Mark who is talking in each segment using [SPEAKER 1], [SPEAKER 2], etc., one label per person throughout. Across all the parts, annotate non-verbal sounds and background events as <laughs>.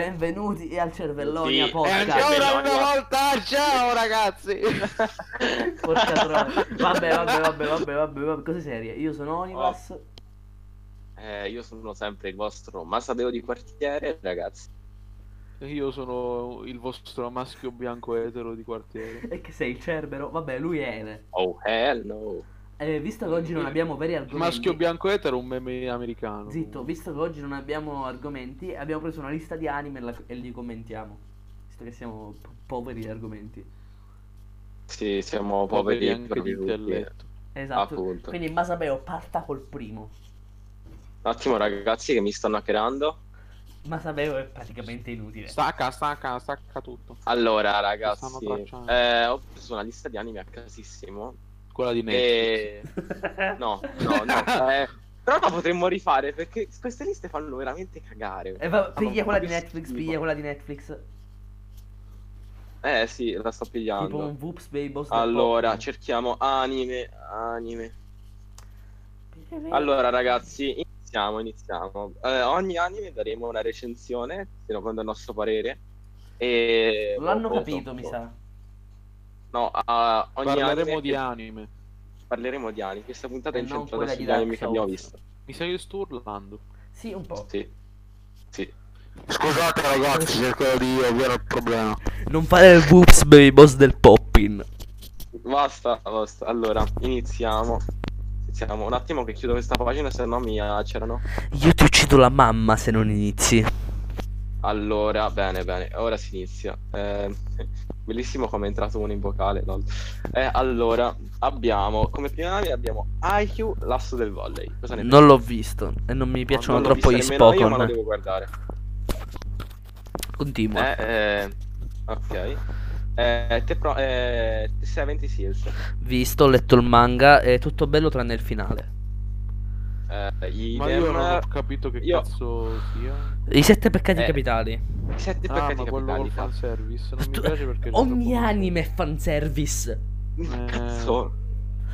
[SPEAKER 1] Benvenuti al Cervellonia
[SPEAKER 2] Sì,
[SPEAKER 1] Podcast.
[SPEAKER 2] è anche
[SPEAKER 3] Ancora una
[SPEAKER 2] Bellonia.
[SPEAKER 3] Eh, volta, ciao ragazzi!
[SPEAKER 1] <laughs> Porca troia. Vabbè, vabbè, vabbè, vabbè, vabbè, vabbè, cose serie. Io sono Onivas.
[SPEAKER 2] Eh, io sono sempre il vostro Masadeo di quartiere, ragazzi.
[SPEAKER 3] <laughs> Io sono il vostro maschio bianco etero di quartiere.
[SPEAKER 1] E che sei il Cerbero? Vabbè, lui è Ene.
[SPEAKER 2] Oh, hell no.
[SPEAKER 1] Eh, visto che oggi non abbiamo veri
[SPEAKER 3] Il
[SPEAKER 1] argomenti.
[SPEAKER 3] maschio bianco etero è un meme americano.
[SPEAKER 1] Zitto, visto che oggi non abbiamo argomenti, abbiamo preso una lista di anime e, la- e li commentiamo. Visto che siamo po- poveri di argomenti.
[SPEAKER 2] Sì, siamo
[SPEAKER 3] poveri
[SPEAKER 2] poveri
[SPEAKER 3] anche di
[SPEAKER 2] proprio tutti.
[SPEAKER 3] intelletto.
[SPEAKER 1] Esatto.
[SPEAKER 2] Appunto.
[SPEAKER 1] Quindi Masabeo parta col primo.
[SPEAKER 2] Un attimo, ragazzi, che mi stanno hackerando.
[SPEAKER 1] Masabeo è praticamente inutile. <laughs>
[SPEAKER 3] Stacca, stacca, stacca tutto.
[SPEAKER 2] Allora,
[SPEAKER 3] Mi
[SPEAKER 2] ragazzi,
[SPEAKER 3] stanno abbracciando.
[SPEAKER 2] eh, ho preso una lista di anime a casissimo.
[SPEAKER 3] Quella
[SPEAKER 2] Eh,
[SPEAKER 3] di Netflix.
[SPEAKER 2] E... No, no, no. eh, però la potremmo rifare perché queste liste fanno veramente cagare.
[SPEAKER 1] E va, piglia
[SPEAKER 2] Fanno
[SPEAKER 1] quella di
[SPEAKER 2] proprio
[SPEAKER 1] Netflix,
[SPEAKER 2] schifo.
[SPEAKER 1] piglia quella di Netflix.
[SPEAKER 2] Eh sì, la sto
[SPEAKER 1] Tipo
[SPEAKER 2] pigliando.
[SPEAKER 1] un Whoops Baby Boss. del
[SPEAKER 2] Allora,
[SPEAKER 1] popolo.
[SPEAKER 2] cerchiamo anime, anime. Allora, ragazzi, iniziamo, iniziamo. Eh, ogni anime daremo una recensione, secondo il nostro parere. E...
[SPEAKER 1] L'hanno
[SPEAKER 2] boh,
[SPEAKER 1] capito,
[SPEAKER 2] boh,
[SPEAKER 1] mi
[SPEAKER 2] boh.
[SPEAKER 1] sa.
[SPEAKER 2] No, a- ogni
[SPEAKER 3] Parleremo
[SPEAKER 2] anime-
[SPEAKER 3] di anime.
[SPEAKER 2] parleremo di anime. Questa puntata è
[SPEAKER 1] E non
[SPEAKER 2] incentrata
[SPEAKER 1] quella di
[SPEAKER 2] sugli
[SPEAKER 1] Dark
[SPEAKER 2] anime che abbiamo
[SPEAKER 1] Souls.
[SPEAKER 2] visto.
[SPEAKER 3] Mi sa che sto urlando.
[SPEAKER 1] Sì, un po'.
[SPEAKER 2] Sì. Sì.
[SPEAKER 4] Scusate ragazzi, cercherò di ovviare il problema.
[SPEAKER 1] Non fare il Whoops Baby Boss del Poppin.
[SPEAKER 2] Basta, basta. Allora, iniziamo. Iniziamo. Un attimo che chiudo questa pagina, se no mi acerano.
[SPEAKER 1] Io ti uccido la mamma se non inizi.
[SPEAKER 2] Allora, bene, bene, ora si inizia. Eh, <laughs> bellissimo come è entrato uno in vocale. lol. Eh, allora, abbiamo come prima nave abbiamo IQ, l'asso del volley. Cosa ne
[SPEAKER 1] Non l'ho visto e non mi piacciono
[SPEAKER 2] Non l'ho
[SPEAKER 1] troppo gli
[SPEAKER 2] vista nemmeno io, ma lo
[SPEAKER 1] Spokon.
[SPEAKER 2] devo guardare.
[SPEAKER 1] Continua.
[SPEAKER 2] Eh, eh, ok. Eh, te pro- eh, 70 Seals.
[SPEAKER 1] Visto, ho letto il manga, è tutto bello tranne il finale.
[SPEAKER 2] Eh,
[SPEAKER 3] Ma
[SPEAKER 2] idem.
[SPEAKER 3] io non ho capito che
[SPEAKER 2] io-
[SPEAKER 3] cazzo sia.
[SPEAKER 1] I sette peccati
[SPEAKER 2] Eh,
[SPEAKER 1] capitali.
[SPEAKER 2] I sette
[SPEAKER 3] Ah,
[SPEAKER 2] peccati
[SPEAKER 3] ma quello
[SPEAKER 2] capitali,
[SPEAKER 3] col
[SPEAKER 2] fa-
[SPEAKER 3] fanservice. Non mi
[SPEAKER 1] Tu-
[SPEAKER 3] piace perché.
[SPEAKER 1] Ogni anime è fanservice.
[SPEAKER 3] Eh.
[SPEAKER 2] Cazzo.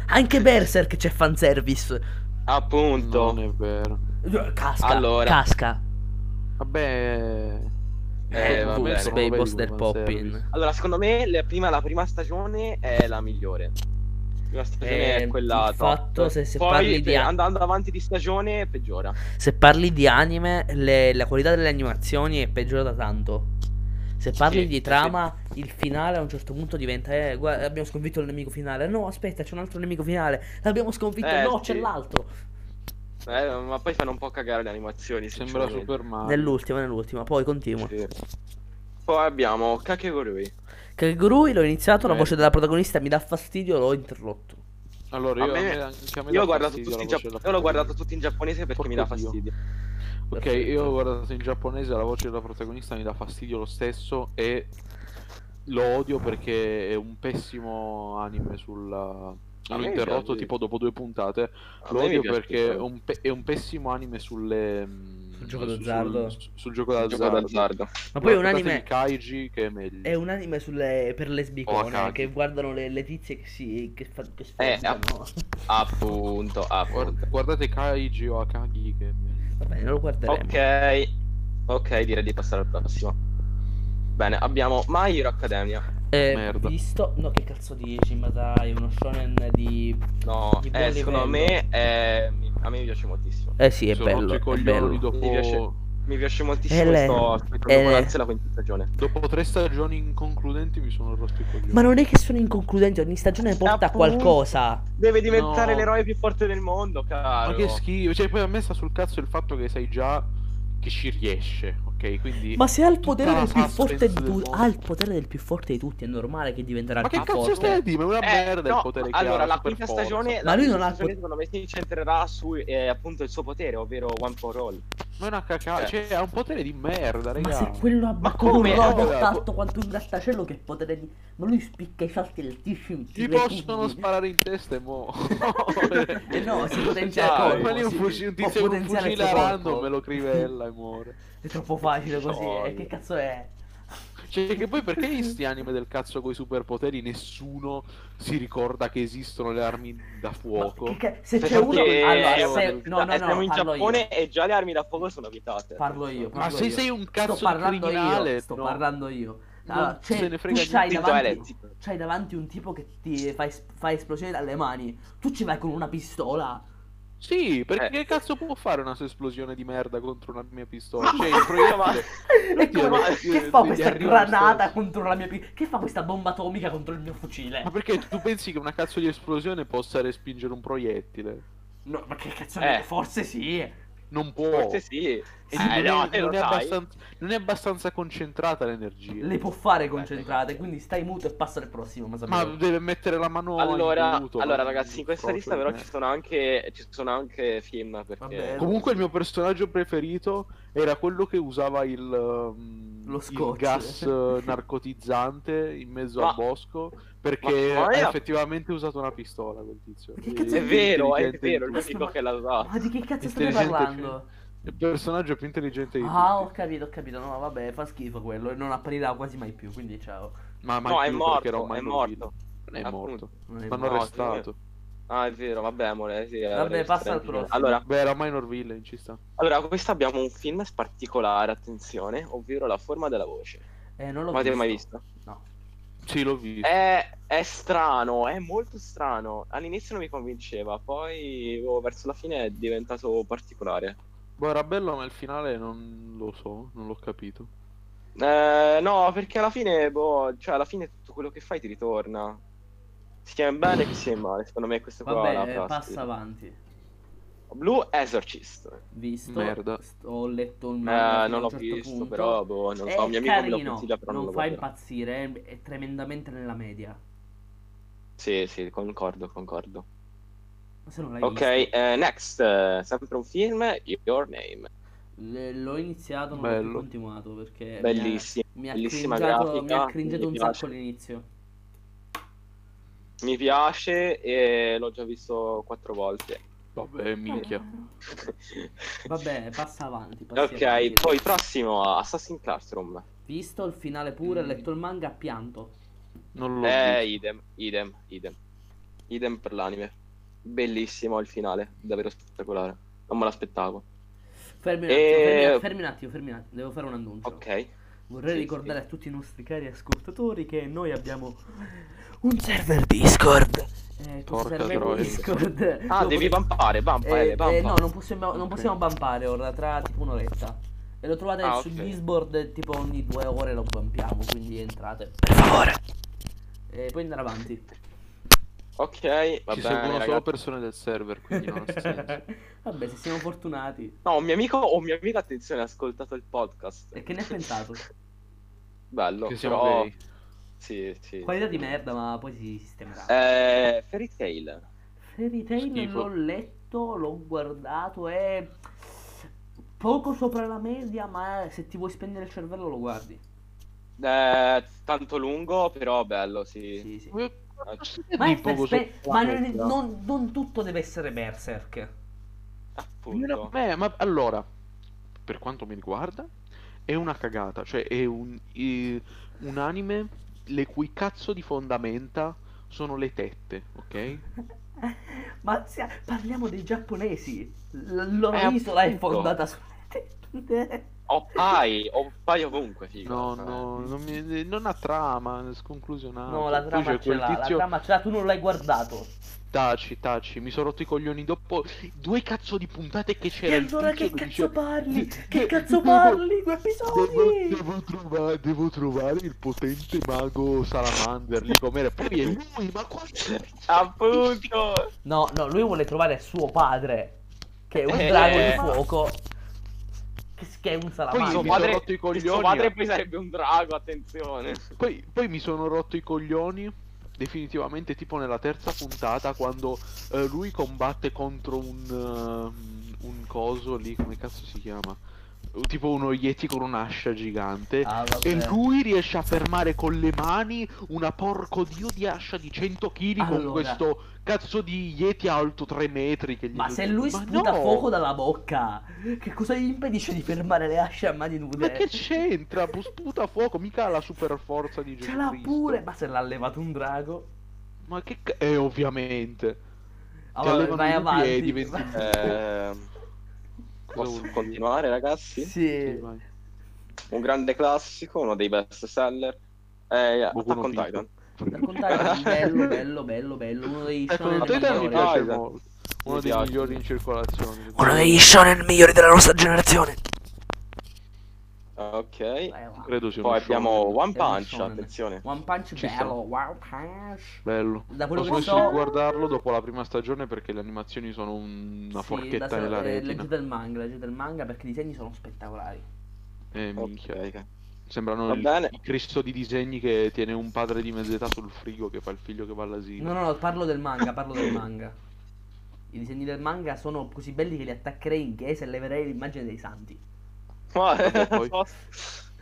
[SPEAKER 1] Anche Berserk c'è fanservice.
[SPEAKER 2] Appunto.
[SPEAKER 3] Non è vero.
[SPEAKER 1] Eh, Casca,
[SPEAKER 2] Allora.
[SPEAKER 1] casca.
[SPEAKER 3] Vabbè.
[SPEAKER 2] Eh, va bene.
[SPEAKER 1] Whoops Baby Boss del Poppin.
[SPEAKER 2] Allora, secondo me la prima, la prima stagione è la migliore. La prima stagione
[SPEAKER 1] Eh,
[SPEAKER 2] è quella
[SPEAKER 1] il fatto
[SPEAKER 2] top.
[SPEAKER 1] se- se
[SPEAKER 2] Poi,
[SPEAKER 1] parli
[SPEAKER 2] pe-
[SPEAKER 1] di-
[SPEAKER 2] andando avanti di stagione peggiora.
[SPEAKER 1] Se parli di anime, le- la qualità delle animazioni è peggiorata tanto. Se parli
[SPEAKER 2] Sì,
[SPEAKER 1] di
[SPEAKER 2] sì.
[SPEAKER 1] trama, il finale a un certo punto diventa: eh, guarda, abbiamo sconfitto il nemico finale. No, aspetta, c'è un altro nemico finale. L'abbiamo sconfitto.
[SPEAKER 2] Eh,
[SPEAKER 1] no,
[SPEAKER 2] sì.
[SPEAKER 1] c'è l'altro.
[SPEAKER 2] Eh, ma poi fanno un po' cagare le animazioni.
[SPEAKER 3] Sembra
[SPEAKER 2] sinceramente.
[SPEAKER 3] Super Mario.
[SPEAKER 1] Nell'ultima, nell'ultima. Poi continua.
[SPEAKER 2] Ah. Sì. Poi abbiamo Kakegurui.
[SPEAKER 1] Kagurui l'ho iniziato. La
[SPEAKER 3] Eh.
[SPEAKER 1] voce della protagonista mi dà fastidio. L'ho interrotto.
[SPEAKER 3] Allora,
[SPEAKER 2] A
[SPEAKER 3] io, a
[SPEAKER 2] me-
[SPEAKER 3] me- anche a me
[SPEAKER 2] Io
[SPEAKER 3] dà
[SPEAKER 2] l'ho guardato
[SPEAKER 3] fastidio
[SPEAKER 2] tutti in
[SPEAKER 3] la voce
[SPEAKER 2] gia-
[SPEAKER 3] della
[SPEAKER 2] io l'ho guardato
[SPEAKER 3] protagonista.
[SPEAKER 2] tutto in giapponese perché mi dà
[SPEAKER 3] Porco Dio.
[SPEAKER 2] fastidio.
[SPEAKER 3] Ok,
[SPEAKER 1] Perfetto.
[SPEAKER 3] io l'ho guardato in giapponese, la voce della protagonista mi dà fastidio lo stesso e lo odio perché è un pessimo anime sulla...
[SPEAKER 2] A
[SPEAKER 3] L'ho
[SPEAKER 2] me
[SPEAKER 3] interrotto
[SPEAKER 2] piace.
[SPEAKER 3] tipo dopo due puntate.
[SPEAKER 2] A
[SPEAKER 3] Lo
[SPEAKER 2] me mi
[SPEAKER 3] odio
[SPEAKER 2] piace
[SPEAKER 3] perché è
[SPEAKER 2] questo.
[SPEAKER 3] un, pe- è un pessimo anime sulle... mh,
[SPEAKER 1] Sul gioco
[SPEAKER 3] su-
[SPEAKER 1] d'azzardo.
[SPEAKER 3] Sul, sul gioco
[SPEAKER 2] Il gioco
[SPEAKER 3] d'azzardo.
[SPEAKER 2] d'azzardo.
[SPEAKER 1] Ma poi è un
[SPEAKER 3] Guardatevi
[SPEAKER 1] anime.
[SPEAKER 3] Kaiji che è meglio.
[SPEAKER 1] È un anime sulle, per le
[SPEAKER 3] Oh, cacchio.
[SPEAKER 1] sbicone che guardano le, le tizie che si. che, fa, che
[SPEAKER 2] Eh,
[SPEAKER 1] sforzano.
[SPEAKER 2] Appunto, appunto.
[SPEAKER 3] Guard- Guardate Kaiji o Akagi che è meglio.
[SPEAKER 1] <laughs> Va bene, lo guarderemo.
[SPEAKER 2] Ok. Ok, direi di passare al prossimo. Bene, abbiamo My Hero Academia.
[SPEAKER 1] Eh,
[SPEAKER 3] Merda.
[SPEAKER 1] visto? No, che cazzo dici? Ma dai, uno shonen di.
[SPEAKER 2] No,
[SPEAKER 1] Di buon
[SPEAKER 2] eh, secondo
[SPEAKER 1] livello.
[SPEAKER 2] me è- mi- a me mi piace moltissimo.
[SPEAKER 1] Eh sì, è
[SPEAKER 3] Sono
[SPEAKER 1] bello.
[SPEAKER 3] rotto i
[SPEAKER 1] È
[SPEAKER 3] coglioni
[SPEAKER 1] bello.
[SPEAKER 3] dopo...
[SPEAKER 2] Mi piace. Mi piace moltissimo
[SPEAKER 1] Eh,
[SPEAKER 2] e
[SPEAKER 1] lei-
[SPEAKER 2] sto aspettando
[SPEAKER 1] eh,
[SPEAKER 2] con
[SPEAKER 1] lei-
[SPEAKER 2] ansia la quinta stagione.
[SPEAKER 3] Dopo tre stagioni inconcludenti mi sono rotto i coglioni.
[SPEAKER 1] Ma non è che sono inconcludenti, ogni stagione porta a
[SPEAKER 2] Appunto.
[SPEAKER 1] qualcosa.
[SPEAKER 2] Deve diventare
[SPEAKER 3] No.
[SPEAKER 2] l'eroe più forte del mondo, caro.
[SPEAKER 3] Ma che schifo, cioè poi a me sta sul cazzo il fatto che sai già che ci riesce, ok? Quindi
[SPEAKER 1] Ma se ha il
[SPEAKER 3] Tutta
[SPEAKER 1] potere
[SPEAKER 3] la
[SPEAKER 1] del più
[SPEAKER 3] suspense
[SPEAKER 1] forte di
[SPEAKER 3] del
[SPEAKER 1] tutti,
[SPEAKER 3] mondo.
[SPEAKER 1] ha il potere del più forte di tutti, è normale che diventerà
[SPEAKER 3] Ma
[SPEAKER 1] il
[SPEAKER 3] che
[SPEAKER 1] più
[SPEAKER 3] cazzo
[SPEAKER 1] forte.
[SPEAKER 3] stai a dire? Ma è una
[SPEAKER 2] Eh,
[SPEAKER 3] merda
[SPEAKER 2] no,
[SPEAKER 3] il potere che ha
[SPEAKER 2] allora, la
[SPEAKER 3] super
[SPEAKER 2] quinta
[SPEAKER 3] forza.
[SPEAKER 2] stagione,
[SPEAKER 1] Ma lui
[SPEAKER 2] la quinta
[SPEAKER 1] non ha il
[SPEAKER 2] stagione,
[SPEAKER 1] pot-
[SPEAKER 2] secondo me si incentrerà su eh, appunto il suo potere, ovvero One for All.
[SPEAKER 3] Ma è una cacca,
[SPEAKER 2] Eh.
[SPEAKER 3] cioè ha un potere di merda,
[SPEAKER 1] Ma
[SPEAKER 3] raga.
[SPEAKER 1] se quello ha
[SPEAKER 2] Ma
[SPEAKER 1] battuto un
[SPEAKER 2] come?
[SPEAKER 1] robot
[SPEAKER 3] Allora,
[SPEAKER 1] alto quanto un grattacielo che potere di... Ma lui spicca i salti altissimi.
[SPEAKER 3] Gli possono sparare in testa e mo.
[SPEAKER 1] <laughs>
[SPEAKER 3] <laughs>
[SPEAKER 1] Eh no, si potenzia
[SPEAKER 3] Cioè,
[SPEAKER 1] il corpo,
[SPEAKER 3] ma lì un
[SPEAKER 1] sì.
[SPEAKER 3] fuci- un
[SPEAKER 1] Può
[SPEAKER 3] tizio con un
[SPEAKER 1] potenziare il
[SPEAKER 3] fucile a
[SPEAKER 1] suo corpo.
[SPEAKER 3] random me lo crivella e muore.
[SPEAKER 1] È troppo facile così,
[SPEAKER 2] Cioè.
[SPEAKER 1] eh, che cazzo è?
[SPEAKER 3] Cioè, che poi perché in sti anime del cazzo con i superpoteri nessuno si ricorda che esistono le armi da fuoco? Cioè,
[SPEAKER 1] Ma che ca- se c'è
[SPEAKER 2] Perché-
[SPEAKER 1] uno allora,
[SPEAKER 2] siamo-
[SPEAKER 1] se... no, no, no,
[SPEAKER 2] eh, siamo in
[SPEAKER 1] parlo
[SPEAKER 2] Giappone
[SPEAKER 1] io.
[SPEAKER 2] e già le armi da fuoco sono vietate.
[SPEAKER 1] Parlo io.
[SPEAKER 3] Ma se sei un cazzo
[SPEAKER 1] sto parlando
[SPEAKER 3] di criminale,
[SPEAKER 1] io, sto
[SPEAKER 3] no.
[SPEAKER 1] parlando io.
[SPEAKER 3] Non
[SPEAKER 1] Allora, c'è-
[SPEAKER 3] se ne frega
[SPEAKER 1] tu c'hai
[SPEAKER 2] Zitto, Ale,
[SPEAKER 1] davanti,
[SPEAKER 2] zitto.
[SPEAKER 1] c'hai davanti un tipo che ti fa, es- fa esplosione dalle mani. Tu ci vai con una pistola.
[SPEAKER 3] Sì, perché
[SPEAKER 2] Eh.
[SPEAKER 3] che cazzo può fare una sua esplosione di merda contro una mia pistola? Cioè, il proiettile...
[SPEAKER 1] <laughs> E
[SPEAKER 3] Oddio,
[SPEAKER 1] come-
[SPEAKER 3] ma-
[SPEAKER 1] che fa
[SPEAKER 3] gli
[SPEAKER 1] questa
[SPEAKER 3] arriva lo
[SPEAKER 1] granata
[SPEAKER 3] stesso.
[SPEAKER 1] contro la mia pi- Che fa questa bomba atomica contro il mio fucile?
[SPEAKER 3] Ma perché tu pensi che una cazzo di esplosione possa respingere un proiettile?
[SPEAKER 1] No, ma che cazzo
[SPEAKER 2] Eh.
[SPEAKER 1] Forse sì.
[SPEAKER 3] Non può.
[SPEAKER 2] Forse sì.
[SPEAKER 3] E
[SPEAKER 2] Eh,
[SPEAKER 3] non,
[SPEAKER 2] no,
[SPEAKER 3] è,
[SPEAKER 2] te lo
[SPEAKER 3] non è
[SPEAKER 2] sai.
[SPEAKER 3] abbastanza, non è abbastanza concentrata l'energia.
[SPEAKER 1] Le può fare concentrate, quindi stai muto e passa al prossimo. Ma,
[SPEAKER 3] Ma
[SPEAKER 1] sappiamo.
[SPEAKER 3] deve mettere la mano
[SPEAKER 2] Allora,
[SPEAKER 3] in voluto,
[SPEAKER 2] allora
[SPEAKER 3] ma-
[SPEAKER 2] ragazzi, in questa
[SPEAKER 3] proprio cioè.
[SPEAKER 2] lista però
[SPEAKER 3] me.
[SPEAKER 2] ci sono anche, ci sono anche film perché...
[SPEAKER 1] Vabbè.
[SPEAKER 3] Comunque il mio personaggio preferito era quello che usava il, um,
[SPEAKER 1] Lo
[SPEAKER 3] il
[SPEAKER 1] scotch.
[SPEAKER 2] <laughs>
[SPEAKER 3] gas eh, narcotizzante in mezzo
[SPEAKER 2] Ma-
[SPEAKER 3] al bosco perché
[SPEAKER 2] ma- ma
[SPEAKER 3] ha
[SPEAKER 2] era-
[SPEAKER 3] effettivamente usato una pistola quel tizio.
[SPEAKER 1] Ma che
[SPEAKER 3] E-
[SPEAKER 1] cazzo
[SPEAKER 2] È vero, è
[SPEAKER 3] intelligente
[SPEAKER 2] vero, è
[SPEAKER 3] di tutti.
[SPEAKER 2] l'unico che l'ha usato.
[SPEAKER 1] Ma di che cazzo stai
[SPEAKER 3] Intelligente
[SPEAKER 1] parlando?
[SPEAKER 3] Il personaggio più intelligente di
[SPEAKER 1] Ah, ho
[SPEAKER 3] tutti.
[SPEAKER 1] capito, ho capito. No, vabbè, fa schifo quello. e Non apparirà quasi mai più. Quindi, ciao.
[SPEAKER 3] Ma, ma
[SPEAKER 2] No, è
[SPEAKER 3] anche lui perché era un
[SPEAKER 2] morto, è
[SPEAKER 3] mind
[SPEAKER 2] morto.
[SPEAKER 3] read. Non è morto.
[SPEAKER 1] Non è male.
[SPEAKER 3] L'hanno
[SPEAKER 2] morto, arrestato.
[SPEAKER 3] arrestato.
[SPEAKER 2] Ah, è vero, vabbè, amore, sì,
[SPEAKER 1] Vabbè,
[SPEAKER 2] avrei
[SPEAKER 1] passa al
[SPEAKER 2] sentito.
[SPEAKER 1] prossimo.
[SPEAKER 2] Allora,
[SPEAKER 3] Beh, era Minor Villain, ci sta.
[SPEAKER 2] allora, questo abbiamo un film particolare, attenzione, ovvero La forma della voce.
[SPEAKER 1] Eh, non l'ho
[SPEAKER 2] Ma l'avete mai
[SPEAKER 1] visto.
[SPEAKER 2] visto?
[SPEAKER 1] No.
[SPEAKER 3] Sì, l'ho visto.
[SPEAKER 2] È, è strano, è molto strano. All'inizio non mi convinceva, poi oh, verso la fine è diventato particolare.
[SPEAKER 3] Boh, era bello, ma il finale non lo so, non l'ho capito.
[SPEAKER 2] Eh, no, perché alla fine, boh, cioè, alla fine tutto quello che fai ti ritorna. Si chiama in bene che sia in male, secondo me questo qua è la
[SPEAKER 1] Vabbè, eh,
[SPEAKER 2] prassi.
[SPEAKER 1] passa avanti.
[SPEAKER 2] Blue Exorcist.
[SPEAKER 1] Visto.
[SPEAKER 3] Merda.
[SPEAKER 1] st- ho letto il
[SPEAKER 2] Eh,
[SPEAKER 1] manga fino a
[SPEAKER 2] non
[SPEAKER 1] un
[SPEAKER 2] l'ho
[SPEAKER 1] certo
[SPEAKER 2] visto,
[SPEAKER 1] punto.
[SPEAKER 2] però boh, non lo
[SPEAKER 1] è
[SPEAKER 2] so, un mio amico me lo
[SPEAKER 1] carino,
[SPEAKER 2] consiglia, però non,
[SPEAKER 1] non
[SPEAKER 2] lo
[SPEAKER 1] fa
[SPEAKER 2] guarderò.
[SPEAKER 1] impazzire, è- è tremendamente nella media.
[SPEAKER 2] Sì, sì, concordo, concordo.
[SPEAKER 1] Ma se non l'hai
[SPEAKER 2] Ok,
[SPEAKER 1] visto.
[SPEAKER 2] eh, next, eh, sempre un film, Your Name.
[SPEAKER 1] L- eh, L'ho iniziato, non l'ho più
[SPEAKER 3] Bello.
[SPEAKER 1] continuato perché
[SPEAKER 2] Bellissimo.
[SPEAKER 1] mi ha, mi ha
[SPEAKER 2] bellissima
[SPEAKER 1] cringiato, mi
[SPEAKER 2] grafica,
[SPEAKER 1] ha cringiato
[SPEAKER 2] mi
[SPEAKER 1] un
[SPEAKER 2] piace.
[SPEAKER 1] sacco all'inizio.
[SPEAKER 2] Mi piace e l'ho già visto quattro volte.
[SPEAKER 3] Vabbè, minchia.
[SPEAKER 1] Eh. Vabbè, passa avanti. passi avanti.
[SPEAKER 2] <laughs> ok, poi prossimo, Assassin's Classroom.
[SPEAKER 1] Visto il finale pure, ho
[SPEAKER 3] Mm.
[SPEAKER 1] letto il manga, pianto.
[SPEAKER 3] Non l'ho
[SPEAKER 2] Eh,
[SPEAKER 3] visto.
[SPEAKER 2] idem, idem, idem. Idem per l'anime. Bellissimo il finale, davvero spettacolare. Non me l'aspettavo.
[SPEAKER 1] Fermi un
[SPEAKER 2] E-
[SPEAKER 1] attimo, fermi, un- fermi un attimo, fermi un attimo, devo fare un
[SPEAKER 3] Esatto.
[SPEAKER 1] annuncio.
[SPEAKER 2] Eh, Ok.
[SPEAKER 1] Vorrei
[SPEAKER 2] Sì,
[SPEAKER 1] ricordare
[SPEAKER 2] sì.
[SPEAKER 1] a tutti i nostri cari ascoltatori che noi abbiamo un server Discord. Eh, questo
[SPEAKER 3] Porca
[SPEAKER 1] server
[SPEAKER 3] troia.
[SPEAKER 1] Discord.
[SPEAKER 2] Ah,
[SPEAKER 1] lo potete-
[SPEAKER 2] devi vampare, vampa,
[SPEAKER 1] Eh,
[SPEAKER 2] Ele, vampa.
[SPEAKER 1] eh, no, non possiamo, non
[SPEAKER 3] Ok.
[SPEAKER 1] possiamo vampare ora, tra tipo un'oretta. E lo trovate
[SPEAKER 2] Ah,
[SPEAKER 1] su
[SPEAKER 2] ok.
[SPEAKER 1] Discord eh, tipo ogni due ore lo vampiamo, quindi entrate. Per favore. E puoi andare avanti.
[SPEAKER 2] Ok, va
[SPEAKER 3] Ci
[SPEAKER 2] bene,
[SPEAKER 3] seguono
[SPEAKER 2] ragazzi.
[SPEAKER 3] solo persone del server, quindi non ha
[SPEAKER 2] <laughs>
[SPEAKER 3] senso.
[SPEAKER 1] <laughs> Vabbè, se siamo fortunati.
[SPEAKER 2] No, un mio amico, un mio amico, attenzione, ha ascoltato il podcast.
[SPEAKER 1] E Eh, che ne ha pensato?
[SPEAKER 2] Bello,
[SPEAKER 3] Che siamo
[SPEAKER 2] però...
[SPEAKER 3] gay.
[SPEAKER 2] Sì, sì.
[SPEAKER 1] Qualità di merda, ma poi si sistemerà.
[SPEAKER 2] Eh, Fairy Tail.
[SPEAKER 1] Fairy Tail
[SPEAKER 3] Schifo.
[SPEAKER 1] l'ho letto, l'ho guardato, è poco sopra la media, ma se ti vuoi spegnere il cervello lo guardi.
[SPEAKER 2] Eh, tanto lungo, però bello, sì.
[SPEAKER 1] Sì, sì.
[SPEAKER 3] Ma
[SPEAKER 1] Ma, è
[SPEAKER 3] di
[SPEAKER 1] per
[SPEAKER 3] poco
[SPEAKER 1] spe-
[SPEAKER 3] sotto
[SPEAKER 1] ma
[SPEAKER 3] la
[SPEAKER 1] non,
[SPEAKER 3] media.
[SPEAKER 1] non- non tutto deve essere Berserk.
[SPEAKER 2] Appunto.
[SPEAKER 3] Beh, Eh, ma allora, per quanto mi riguarda, è una cagata. Cioè, è un, eh, un anime le cui cazzo di fondamenta sono le tette, ok?
[SPEAKER 1] ma se- parliamo dei giapponesi. L- loro
[SPEAKER 2] Eh,
[SPEAKER 1] isola è
[SPEAKER 2] appunto.
[SPEAKER 1] fondata su...
[SPEAKER 2] Oppai, oppai ovunque, figo.
[SPEAKER 3] No,
[SPEAKER 2] Cioè,
[SPEAKER 3] no, non, mi- non ha trama, è sconclusionato.
[SPEAKER 1] No, la
[SPEAKER 3] Poi
[SPEAKER 1] trama
[SPEAKER 3] c'è
[SPEAKER 1] ce
[SPEAKER 3] Ah, quel
[SPEAKER 1] l'ha, la
[SPEAKER 3] tizio,
[SPEAKER 1] trama ce l'ha, tu non l'hai guardato.
[SPEAKER 3] taci, taci, mi sono rotto i coglioni dopo due cazzo di puntate che
[SPEAKER 1] E
[SPEAKER 3] c'era il
[SPEAKER 1] allora
[SPEAKER 3] tizio
[SPEAKER 1] che
[SPEAKER 3] che
[SPEAKER 1] cazzo
[SPEAKER 3] diceva,
[SPEAKER 1] parli? Che
[SPEAKER 3] "Devo- <laughs>
[SPEAKER 1] cazzo parli? Due
[SPEAKER 3] Devo,
[SPEAKER 1] episodi!
[SPEAKER 3] devo trovare, devo trovare il potente mago salamander lì com'era. Poi è lui, ma qua
[SPEAKER 2] <laughs> Appunto.
[SPEAKER 1] No, no, lui vuole trovare suo padre, che è un
[SPEAKER 2] Eh.
[SPEAKER 1] drago di fuoco, che, s- che è un
[SPEAKER 3] Poi
[SPEAKER 2] suo
[SPEAKER 3] mi
[SPEAKER 1] salamandro.
[SPEAKER 3] sono
[SPEAKER 2] padre-
[SPEAKER 3] rotto i coglioni.
[SPEAKER 2] Suo padre poi sarebbe un drago, attenzione.
[SPEAKER 3] Poi, poi mi sono rotto i coglioni. Definitivamente, tipo nella terza puntata, quando eh, lui combatte contro un, ehm, un coso lì, come cazzo si chiama? tipo uno Yeti con un'ascia gigante.
[SPEAKER 1] Ah, vabbè.
[SPEAKER 3] E lui riesce a fermare con le mani una porco dio di ascia di 100 kg con
[SPEAKER 1] Allora.
[SPEAKER 3] questo cazzo di Yeti alto 3 metri. Che gli
[SPEAKER 1] Ma se lui
[SPEAKER 3] Ma
[SPEAKER 1] sputa
[SPEAKER 3] no!
[SPEAKER 1] fuoco dalla bocca, che cosa gli impedisce di fermare le asce a mani nude?
[SPEAKER 3] Ma che c'entra? Bu- Sputa fuoco, mica ha la super forza di Gesù
[SPEAKER 1] Ce l'ha
[SPEAKER 3] Cristo.
[SPEAKER 1] pure, ma se l'ha levato un drago.
[SPEAKER 3] Ma che c- Eh, ovviamente.
[SPEAKER 1] Ah,
[SPEAKER 3] Ti
[SPEAKER 1] vabbè,
[SPEAKER 3] allevano
[SPEAKER 1] vai
[SPEAKER 3] i
[SPEAKER 1] avanti.
[SPEAKER 3] piedi, eh. diventi-
[SPEAKER 1] <laughs>
[SPEAKER 2] Ehm,
[SPEAKER 3] Cosa
[SPEAKER 2] posso
[SPEAKER 3] vuol
[SPEAKER 2] continuare,
[SPEAKER 1] Sì.
[SPEAKER 2] ragazzi? Eh,
[SPEAKER 3] Sì, vai.
[SPEAKER 2] Un grande classico, uno dei best seller. Eh,
[SPEAKER 3] Boku no
[SPEAKER 2] Attack on
[SPEAKER 3] Pico.
[SPEAKER 2] Titan.
[SPEAKER 3] <laughs>
[SPEAKER 1] Raccontare bello, bello, bello, bello. Uno dei
[SPEAKER 3] Ecco,
[SPEAKER 2] diciamo
[SPEAKER 1] shonen
[SPEAKER 3] Titan mi
[SPEAKER 1] migliori.
[SPEAKER 3] piace
[SPEAKER 2] Titan.
[SPEAKER 3] molto. Uno
[SPEAKER 2] Mi
[SPEAKER 3] dei
[SPEAKER 2] piace.
[SPEAKER 3] migliori in circolazione.
[SPEAKER 5] Uno degli shonen migliori della nostra generazione.
[SPEAKER 2] Ok.
[SPEAKER 1] Vai avanti.
[SPEAKER 3] Credo sia uno
[SPEAKER 2] Poi abbiamo
[SPEAKER 3] shonen.
[SPEAKER 2] One
[SPEAKER 1] È uno
[SPEAKER 2] Punch,
[SPEAKER 1] shonen.
[SPEAKER 2] attenzione.
[SPEAKER 1] One Punch
[SPEAKER 3] Ci sta.
[SPEAKER 1] bello, wow, punch.
[SPEAKER 3] Bello.
[SPEAKER 1] Da
[SPEAKER 3] Ho
[SPEAKER 1] quello che
[SPEAKER 3] smesso
[SPEAKER 1] so,
[SPEAKER 3] di guardarlo dopo la prima stagione perché le animazioni sono un- una
[SPEAKER 1] sì,
[SPEAKER 3] forchetta
[SPEAKER 1] da-
[SPEAKER 3] nella
[SPEAKER 1] eh,
[SPEAKER 3] retina.
[SPEAKER 1] Leggete il manga, leggete il manga perché i disegni sono spettacolari.
[SPEAKER 3] Eh, minchia.
[SPEAKER 2] Ok.
[SPEAKER 3] Sembrano
[SPEAKER 2] Va
[SPEAKER 3] il,
[SPEAKER 2] bene.
[SPEAKER 3] il Cristo di disegni che tiene un padre di mezz'età sul frigo che fa il figlio che va all'asilo.
[SPEAKER 1] No, no, no, parlo del manga, parlo del manga. I disegni del manga sono così belli che li attaccherei in chiesa e leverei l'immagine dei santi.
[SPEAKER 2] Ma <laughs>
[SPEAKER 3] Vabbè, poi.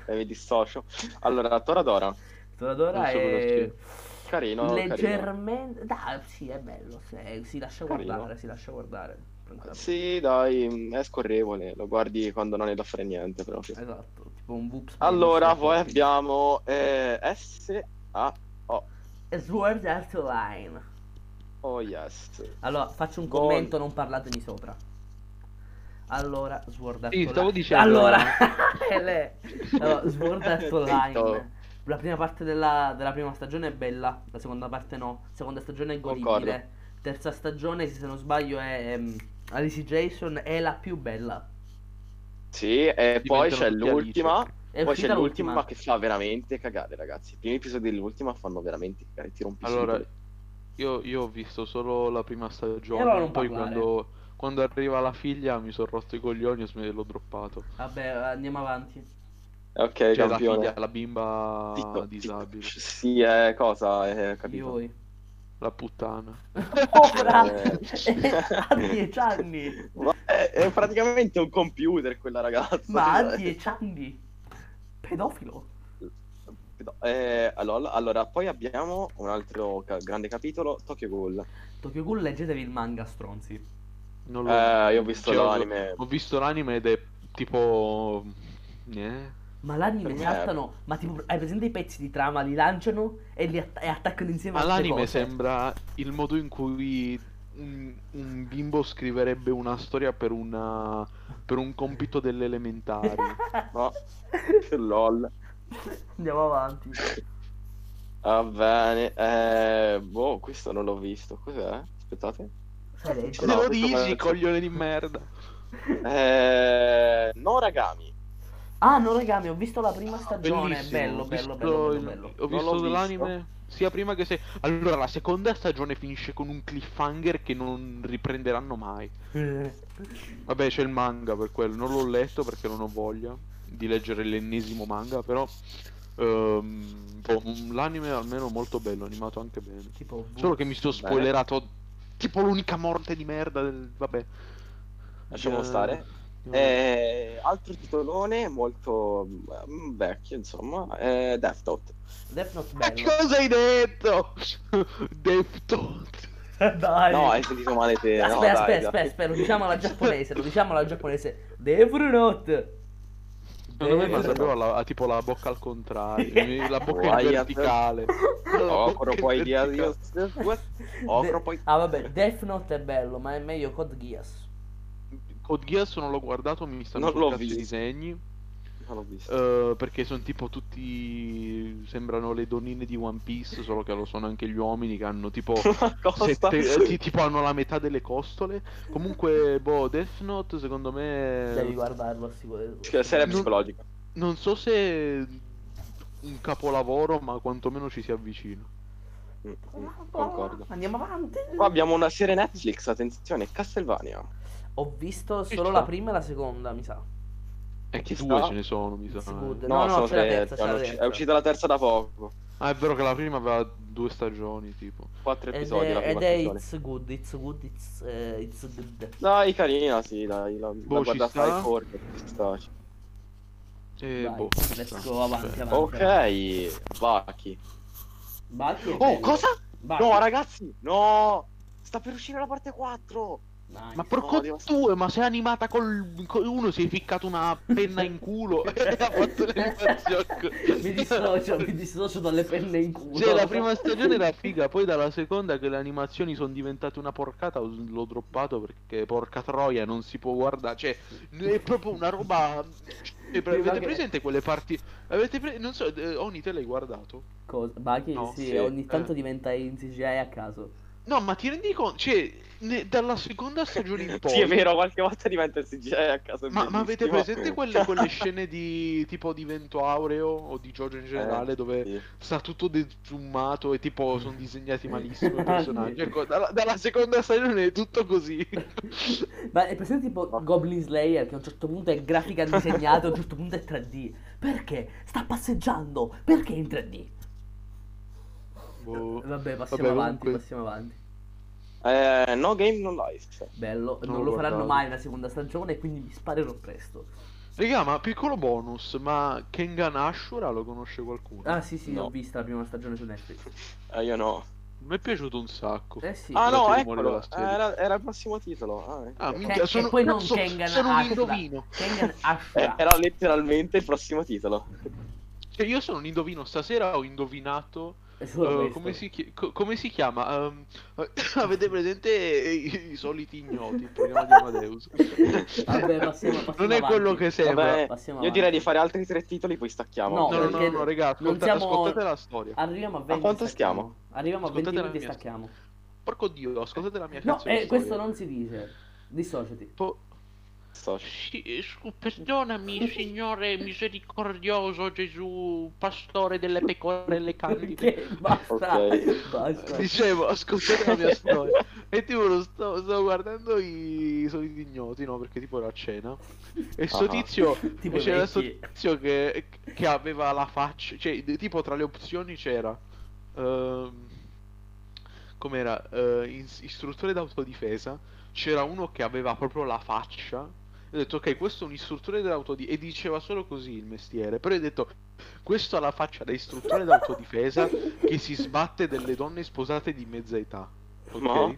[SPEAKER 2] Eh, mi dissocio. Allora, Toradora.
[SPEAKER 1] Toradora
[SPEAKER 3] Non so cosa
[SPEAKER 1] è
[SPEAKER 3] sia.
[SPEAKER 2] Carino, carino.
[SPEAKER 1] leggermente... Dai, sì, è bello, sì, eh, si lascia
[SPEAKER 2] Carino.
[SPEAKER 1] guardare, si lascia guardare. tranquillamente.
[SPEAKER 2] Sì, dai, è scorrevole, lo guardi quando non è da fare niente proprio.
[SPEAKER 3] Eh,
[SPEAKER 1] Esatto, tipo un whoops.
[SPEAKER 2] Allora, poi abbiamo eh, S A
[SPEAKER 1] Sword Art Online.
[SPEAKER 2] O oh, Yes.
[SPEAKER 1] Allora, faccio un
[SPEAKER 2] Gol.
[SPEAKER 1] commento, non parlatemi sopra. Allora, Sword Art
[SPEAKER 3] Sì,
[SPEAKER 1] Online.
[SPEAKER 3] stavo dicendo.
[SPEAKER 1] Allora, <laughs> è lei. Allora, Sword Art
[SPEAKER 2] Zitto.
[SPEAKER 1] Online. La prima parte della, della prima stagione è bella, la seconda parte no. Seconda stagione è godibile.
[SPEAKER 2] Concordo.
[SPEAKER 1] Terza stagione, se non sbaglio, è ehm, Alice Jason è la più bella.
[SPEAKER 2] Sì, e poi c'è
[SPEAKER 3] tutti Alice.
[SPEAKER 2] l'ultima.
[SPEAKER 1] È
[SPEAKER 2] Poi
[SPEAKER 1] uscita
[SPEAKER 2] c'è l'ultima che fa veramente cagare, ragazzi. I primi episodi dell'ultima fanno veramente cagare. Ti rompi
[SPEAKER 3] Allora,
[SPEAKER 2] subito.
[SPEAKER 3] io, io ho visto solo la prima stagione.
[SPEAKER 1] E allora non
[SPEAKER 3] poi
[SPEAKER 1] parlare.
[SPEAKER 3] quando, quando arriva la figlia mi sono rotto i coglioni e sm- l'ho droppato.
[SPEAKER 1] Vabbè, andiamo avanti.
[SPEAKER 2] Ok,
[SPEAKER 3] Cioè, la
[SPEAKER 2] campione.
[SPEAKER 3] figlia, la bimba
[SPEAKER 2] Zitto,
[SPEAKER 3] disabile,
[SPEAKER 2] zitto. Sì, è cosa, è capito. <laughs>
[SPEAKER 1] Yoi.
[SPEAKER 3] la puttana.
[SPEAKER 1] Ora <laughs>
[SPEAKER 2] Eh.
[SPEAKER 1] ha 10 anni.
[SPEAKER 2] Ma è, è praticamente un computer quella ragazza.
[SPEAKER 1] Ma ha
[SPEAKER 2] cioè.
[SPEAKER 1] 10 anni. Pedofilo.
[SPEAKER 2] Eh, allora, allora, poi abbiamo un altro ca- grande capitolo, Tokyo Ghoul.
[SPEAKER 1] Tokyo Ghoul leggetevi il manga stronzi.
[SPEAKER 3] Non l'ho-
[SPEAKER 2] Eh, io ho visto
[SPEAKER 3] Cioè, ho-
[SPEAKER 2] l'anime.
[SPEAKER 3] Ho visto l'anime ed è tipo. eh?
[SPEAKER 1] Ma l'anime
[SPEAKER 2] Per me è-
[SPEAKER 1] saltano, ma tipo hai presente i pezzi di trama, li lanciano e li att- e attaccano insieme
[SPEAKER 3] Ma
[SPEAKER 1] altre
[SPEAKER 3] l'anime
[SPEAKER 1] cose.
[SPEAKER 3] sembra il modo in cui un, un bimbo scriverebbe una storia per, una, per un compito delle elementari.
[SPEAKER 1] <laughs>
[SPEAKER 2] No. LOL.
[SPEAKER 1] Andiamo avanti.
[SPEAKER 2] Va bene. eh, boh, questo non l'ho visto. Cos'è? Aspettate.
[SPEAKER 1] Sai
[SPEAKER 3] Te
[SPEAKER 1] leggere?
[SPEAKER 2] No,
[SPEAKER 3] lo
[SPEAKER 2] questo
[SPEAKER 3] dici,
[SPEAKER 2] pare-
[SPEAKER 3] coglione di merda.
[SPEAKER 2] Eh, Noragami.
[SPEAKER 1] Ah, no ragami, ho visto la prima stagione,
[SPEAKER 3] Bellissimo,
[SPEAKER 1] bello,
[SPEAKER 3] ho
[SPEAKER 1] bello,
[SPEAKER 3] visto
[SPEAKER 1] bello,
[SPEAKER 3] il-
[SPEAKER 1] bello, bello.
[SPEAKER 3] Ho
[SPEAKER 2] Non l'ho
[SPEAKER 3] visto
[SPEAKER 2] visto.
[SPEAKER 3] l'anime sia prima che se... Allora, la seconda stagione finisce con un cliffhanger che non riprenderanno mai. Vabbè, c'è il manga per quello, non l'ho letto perché non ho voglia di leggere l'ennesimo manga, però... ehm, boh, l'anime è almeno molto bello, animato anche bene.
[SPEAKER 1] Tipo
[SPEAKER 3] Solo che mi sono
[SPEAKER 2] Bene.
[SPEAKER 3] spoilerato tipo l'unica morte di merda del... vabbè.
[SPEAKER 2] Lasciamo
[SPEAKER 3] Eh,
[SPEAKER 2] stare. Eh, altro titolone molto mm, vecchio, insomma. Eh, Death Note.
[SPEAKER 1] Death
[SPEAKER 3] <laughs>
[SPEAKER 1] Note
[SPEAKER 3] Ma
[SPEAKER 1] bello.
[SPEAKER 3] cosa hai detto? <laughs> Deathtoad.
[SPEAKER 1] <laughs> Dai.
[SPEAKER 2] No, hai sentito male te.
[SPEAKER 1] Eh. aspetta,
[SPEAKER 2] no, dai,
[SPEAKER 1] aspetta,
[SPEAKER 2] dai.
[SPEAKER 1] aspetta, aspetta, lo diciamo
[SPEAKER 2] <laughs>
[SPEAKER 1] alla giapponese, lo diciamo alla giapponese. Death Note.
[SPEAKER 3] Secondo me
[SPEAKER 1] Death
[SPEAKER 3] ma
[SPEAKER 1] Note.
[SPEAKER 3] sapevo la, tipo la bocca
[SPEAKER 2] <laughs>
[SPEAKER 3] al contrario, mi- la bocca in
[SPEAKER 2] Guai a te. <laughs>
[SPEAKER 3] verticale. La bocca
[SPEAKER 2] Ocro,
[SPEAKER 3] in
[SPEAKER 2] poi dia
[SPEAKER 3] verticale.
[SPEAKER 2] Ocro,
[SPEAKER 1] <laughs> De-
[SPEAKER 2] poi...
[SPEAKER 1] Ah, vabbè, Death Note è bello, ma è meglio Code Geass.
[SPEAKER 3] Code Geass non l'ho guardato, mi stanno
[SPEAKER 2] Non
[SPEAKER 3] sul
[SPEAKER 2] l'ho
[SPEAKER 3] cazzo i
[SPEAKER 2] visto.
[SPEAKER 3] disegni,
[SPEAKER 2] Non l'ho visto. <laughs>
[SPEAKER 3] eh, perché sono tipo tutti... sembrano le donnine di One Piece, solo che lo sono anche gli uomini che hanno tipo... <laughs>
[SPEAKER 2] Ma cosa?
[SPEAKER 3] sette- eh, ti- tipo hanno la metà delle costole. Comunque, boh, Death Note secondo me...
[SPEAKER 1] Devi guardarlo, sicuramente.
[SPEAKER 2] Cioè, serie
[SPEAKER 3] Non-
[SPEAKER 2] psicologica.
[SPEAKER 3] Non so se un capolavoro, ma quantomeno ci si avvicina.
[SPEAKER 2] Mm, mm, concordo.
[SPEAKER 1] Andiamo avanti.
[SPEAKER 2] Qua abbiamo una serie Netflix, attenzione, Castlevania.
[SPEAKER 1] Ho visto
[SPEAKER 3] Ci
[SPEAKER 1] solo
[SPEAKER 3] sta.
[SPEAKER 1] la prima e la seconda, mi sa.
[SPEAKER 3] E
[SPEAKER 2] Ci
[SPEAKER 3] che due
[SPEAKER 2] sta?
[SPEAKER 3] ce ne sono, mi sa. eh.
[SPEAKER 1] It's good.
[SPEAKER 2] No,
[SPEAKER 1] No, no,
[SPEAKER 2] sono
[SPEAKER 1] c'è la
[SPEAKER 2] tre,
[SPEAKER 1] terza, c'è la
[SPEAKER 2] hanno ucci-
[SPEAKER 1] terza.
[SPEAKER 2] è uscita la terza da poco.
[SPEAKER 3] Ah, è vero che la prima aveva due stagioni, tipo.
[SPEAKER 2] Quattro
[SPEAKER 1] Ed
[SPEAKER 2] episodi la
[SPEAKER 1] è,
[SPEAKER 2] prima
[SPEAKER 1] ed è
[SPEAKER 2] stagione.
[SPEAKER 1] It's Good, It's Good, It's, eh, it's Good.
[SPEAKER 2] Dai, carina, sì, dai, la, la
[SPEAKER 3] Boh, ci
[SPEAKER 2] guardata
[SPEAKER 3] sta?
[SPEAKER 2] al corpo, ci sta.
[SPEAKER 3] Eh,
[SPEAKER 1] Vai,
[SPEAKER 3] boh.
[SPEAKER 1] let's go avanti, avanti. avanti.
[SPEAKER 2] Ok, Baki.
[SPEAKER 1] Bacchi è
[SPEAKER 2] Oh,
[SPEAKER 1] bello.
[SPEAKER 2] cosa?
[SPEAKER 1] Bacchi.
[SPEAKER 2] No, ragazzi, no! Sta per uscire la parte 4!
[SPEAKER 1] Nice.
[SPEAKER 3] Ma porco
[SPEAKER 2] No, devo-
[SPEAKER 3] due, ma sei animata col... con uno si è ficcato una penna
[SPEAKER 1] <laughs>
[SPEAKER 3] in culo <laughs> e ha fatto l'animazione.
[SPEAKER 1] mi dissocio, mi dissocio dalle penne in culo.
[SPEAKER 3] Cioè, la prima stagione era figa, poi dalla seconda che le animazioni sono diventate una porcata, ho- l'ho droppato perché porca troia, non si può guardare. Cioè, è proprio una roba.
[SPEAKER 1] Sì,
[SPEAKER 3] cioè, pre-
[SPEAKER 1] ma
[SPEAKER 3] avete
[SPEAKER 1] che-
[SPEAKER 3] presente quelle parti? Avete pre- Non so, eh, Oni te l'hai guardato?
[SPEAKER 1] Cosa? Bacchi,
[SPEAKER 3] No,
[SPEAKER 1] sì,
[SPEAKER 2] sì,
[SPEAKER 1] ogni
[SPEAKER 3] eh.
[SPEAKER 1] tanto diventa in CGI a caso.
[SPEAKER 3] No, ma ti rendi conto? Cioè, ne- dalla seconda stagione
[SPEAKER 2] <laughs>
[SPEAKER 3] in poi.
[SPEAKER 2] Sì, è vero, qualche volta diventa il CGI a caso. è
[SPEAKER 3] Ma, ma avete
[SPEAKER 2] bellissimo.
[SPEAKER 3] presente quelle, quelle scene di tipo di Vento Aureo o di Jojo in generale dove
[SPEAKER 2] <laughs> Eh, Sì. Mm.
[SPEAKER 3] sta tutto dezzoomato e tipo sono disegnati malissimo
[SPEAKER 2] <laughs>
[SPEAKER 3] i
[SPEAKER 1] Ah,
[SPEAKER 3] personaggi?
[SPEAKER 1] sì.
[SPEAKER 3] Ecco, dalla, dalla seconda stagione è tutto
[SPEAKER 2] <laughs>
[SPEAKER 3] così.
[SPEAKER 1] Ma è presente tipo Goblin Slayer che a un certo punto è grafica disegnata, a un certo punto è 3D. Perché? Sta passeggiando, perché è in 3D?
[SPEAKER 3] Boh.
[SPEAKER 2] Esatto.
[SPEAKER 1] Vabbè, passiamo
[SPEAKER 3] Vabbè,
[SPEAKER 1] avanti,
[SPEAKER 3] comunque-
[SPEAKER 1] passiamo avanti.
[SPEAKER 2] Eh, no game, no life.
[SPEAKER 1] Bello, non,
[SPEAKER 3] Non
[SPEAKER 1] lo faranno
[SPEAKER 3] guardavo.
[SPEAKER 1] mai una seconda stagione, quindi mi sparerò presto.
[SPEAKER 3] Raga, ma piccolo bonus, ma Kengan Ashura lo conosce qualcuno?
[SPEAKER 1] Ah sì sì,
[SPEAKER 2] No.
[SPEAKER 1] ho visto la prima stagione su Netflix.
[SPEAKER 2] Eh, io no.
[SPEAKER 3] Mi è piaciuto un sacco.
[SPEAKER 1] Eh sì.
[SPEAKER 2] ah, no,
[SPEAKER 3] guardate il rumore
[SPEAKER 2] eccolo.
[SPEAKER 3] della serie.
[SPEAKER 2] Era, era il prossimo titolo. Ah, ecco.
[SPEAKER 3] Ah,
[SPEAKER 1] Ken-
[SPEAKER 3] minchia, sono,
[SPEAKER 1] Eh, e poi non
[SPEAKER 3] cazzo,
[SPEAKER 1] Kengan
[SPEAKER 3] sono un
[SPEAKER 1] Ashura.
[SPEAKER 3] indovino.
[SPEAKER 1] Kengan
[SPEAKER 2] Eh,
[SPEAKER 1] Ashura.
[SPEAKER 2] era letteralmente il prossimo titolo.
[SPEAKER 3] Cioè, io sono un indovino. Stasera ho indovinato.
[SPEAKER 1] È solo
[SPEAKER 3] eh,
[SPEAKER 1] questo.
[SPEAKER 3] come, si chi- co- come si chiama? Ehm, <laughs> avete presente i, i soliti ignoti? Il programma di Amadeus.
[SPEAKER 1] <laughs> Vabbè, passiamo- passiamo
[SPEAKER 3] non è
[SPEAKER 1] avanti.
[SPEAKER 3] quello che sembra.
[SPEAKER 2] Vabbè,
[SPEAKER 1] passiamo
[SPEAKER 2] io
[SPEAKER 1] avanti.
[SPEAKER 2] direi di fare altri tre titoli, poi stacchiamo.
[SPEAKER 1] No,
[SPEAKER 3] No, no, no,
[SPEAKER 1] perché
[SPEAKER 3] no, raga,
[SPEAKER 1] non
[SPEAKER 3] ascolta-
[SPEAKER 1] siamo-
[SPEAKER 3] ascoltate la storia.
[SPEAKER 1] Arriviamo a 20
[SPEAKER 2] quanto
[SPEAKER 1] stacchiamo.
[SPEAKER 2] stiamo?
[SPEAKER 1] Arriviamo a 20
[SPEAKER 3] Ascoltate la
[SPEAKER 1] minuti e
[SPEAKER 3] mia
[SPEAKER 1] stacchiamo.
[SPEAKER 3] Porco dio, ascoltate la mia
[SPEAKER 1] No,
[SPEAKER 3] cazzo di
[SPEAKER 1] eh, questo
[SPEAKER 3] storia.
[SPEAKER 1] non si dice. Dissociati.
[SPEAKER 3] Po-
[SPEAKER 2] So-
[SPEAKER 3] Sì, scu- perdonami, Signore misericordioso Gesù, pastore delle pecorelle candide.
[SPEAKER 1] Perché? Basta.
[SPEAKER 2] Ok.
[SPEAKER 1] <laughs> Basta.
[SPEAKER 3] Dicevo, ascoltate la
[SPEAKER 1] <laughs>
[SPEAKER 3] mia storia. E tipo lo sto- stavo guardando i soliti ignoti, no? Perché tipo era a cena. E sto
[SPEAKER 2] Ah.
[SPEAKER 3] tizio.
[SPEAKER 1] Tipo
[SPEAKER 3] e c'era
[SPEAKER 1] i
[SPEAKER 3] sto
[SPEAKER 1] vecchi.
[SPEAKER 3] tizio che, che aveva la faccia. Cioè, d- tipo tra le opzioni c'era. ehm, com'era? Eh, ins- istruttore d'autodifesa. C'era uno che aveva proprio la faccia. E ho detto, ok, questo è un istruttore d'autodifesa. E diceva solo così il mestiere. Però ho detto, questo ha la faccia da istruttore d'autodifesa che si sbatte delle donne sposate di mezza età. Ok?
[SPEAKER 2] Ma?